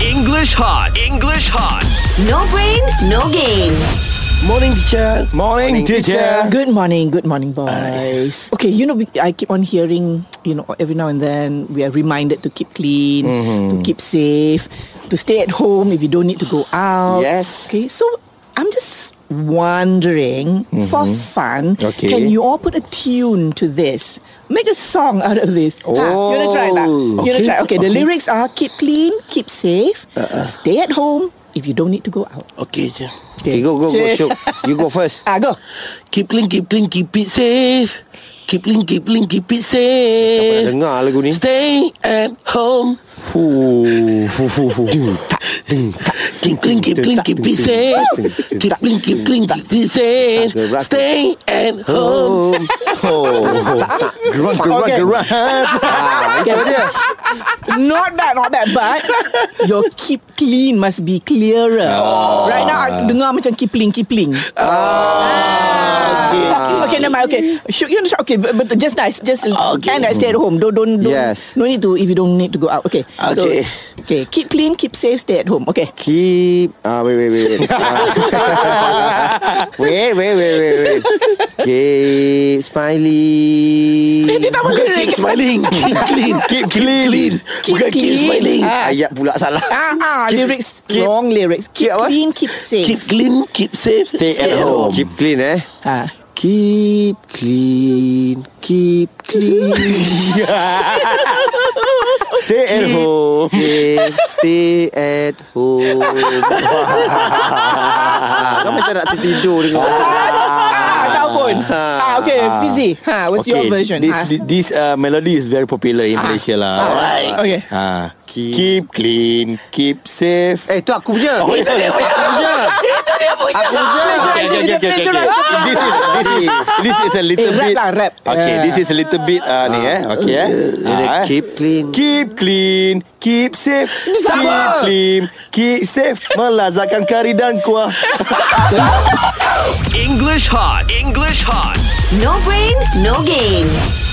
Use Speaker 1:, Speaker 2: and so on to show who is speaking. Speaker 1: English hot. English hot.
Speaker 2: No brain, no game.
Speaker 3: Morning teacher
Speaker 4: Morning, teacher.
Speaker 5: Good morning, good morning, boys. Okay, you know, we- I keep on hearing, you know, every now and then we are reminded to keep clean, to keep safe, to stay at home if you don't need to go out.
Speaker 4: Yes.
Speaker 5: Okay, so I'm just wondering for fun,
Speaker 4: Okay.
Speaker 5: can you all put a tune to this? Make a song out of this. Oh, you wanna try that? You wanna
Speaker 3: Okay,
Speaker 5: try? Okay, the
Speaker 3: okay.
Speaker 5: lyrics are keep clean, keep safe, stay at home if you don't need to go out.
Speaker 3: Okay teacher
Speaker 4: Okay, go, go, go,
Speaker 5: Cik.
Speaker 4: Syuk. You go first.
Speaker 5: Ah, go.
Speaker 3: Keep clean, keep clean, keep it safe Keep clean, keep clean, keep it
Speaker 4: Siapa nak
Speaker 3: safe
Speaker 4: dengar lagu ni?
Speaker 3: Stay at home
Speaker 4: Fuh, fuh, fuh, fuh. Ding, tak, ding, tak,
Speaker 3: Keep
Speaker 4: ding,
Speaker 3: clean, keep
Speaker 4: ding,
Speaker 3: clean,
Speaker 4: tak,
Speaker 3: keep
Speaker 4: ding,
Speaker 3: it
Speaker 4: ding,
Speaker 3: safe
Speaker 4: tak, ding, ding,
Speaker 3: Keep
Speaker 4: tak.
Speaker 3: clean, keep clean, keep it safe
Speaker 4: Tak, gerak.
Speaker 3: Stay at home
Speaker 4: Home. Oh, gerak, gerak,
Speaker 5: Okay.
Speaker 4: gerak. Ah, itu dia.
Speaker 5: not bad, not bad. But your keep clean must be clearer. Right now, I dengar macam kipling, kipling.
Speaker 4: Okay.
Speaker 5: Okay, never mind. Okay, should you know, okay, but, but just nice, just okay. and stay at home. Don't, don't, don't.
Speaker 4: Yes.
Speaker 5: No need to if you don't need to go out. Okay. So,
Speaker 3: Okay.
Speaker 5: okay. Keep clean, keep safe, stay at home. Okay.
Speaker 4: Keep ah wait wait wait wait Ah. wait wait wait wait wait keep smiling
Speaker 5: Eh, dia tak boleh.
Speaker 3: Bukan keep smiling Keep clean Keep clean
Speaker 5: Keep
Speaker 3: Bukan keep
Speaker 5: clean.
Speaker 3: smiling
Speaker 4: ayat pula salah
Speaker 5: Ah, ah
Speaker 3: Keep-
Speaker 5: lyrics
Speaker 3: keep-
Speaker 5: wrong lyrics. Keep,
Speaker 4: keep apa?
Speaker 5: clean, keep safe.
Speaker 3: Keep clean, keep safe Stay,
Speaker 4: keep clean eh
Speaker 5: Ah.
Speaker 4: keep clean keep clean stay at home safe stay at home kau macam nak tertidur dengan
Speaker 5: Ah, kau pun. Ah, okay, Fizi. Ha, what's your version?
Speaker 6: This
Speaker 5: Ah.
Speaker 6: thi- this uh, melody is very popular
Speaker 4: Ah.
Speaker 6: in Malaysia lah.
Speaker 5: Alright. Okay.
Speaker 6: Ah, keep, clean, keep safe.
Speaker 4: eh tu aku punya oh, itu dia aku punya
Speaker 5: Ah, Okay, okay, okay, okay, okay.
Speaker 6: This is this is this is a little
Speaker 5: Eh, rap
Speaker 6: bit.
Speaker 5: lah, rap. Ah.
Speaker 6: Okay,
Speaker 5: Yeah.
Speaker 6: this is a little bit uh, ni eh. Okay eh.
Speaker 4: Dia
Speaker 6: Ah, eh.
Speaker 4: keep clean.
Speaker 6: Keep clean, keep safe, keep clean, keep safe. Melazatkan kari dan kuah.
Speaker 1: English hot. English hot.
Speaker 2: No brain, no game.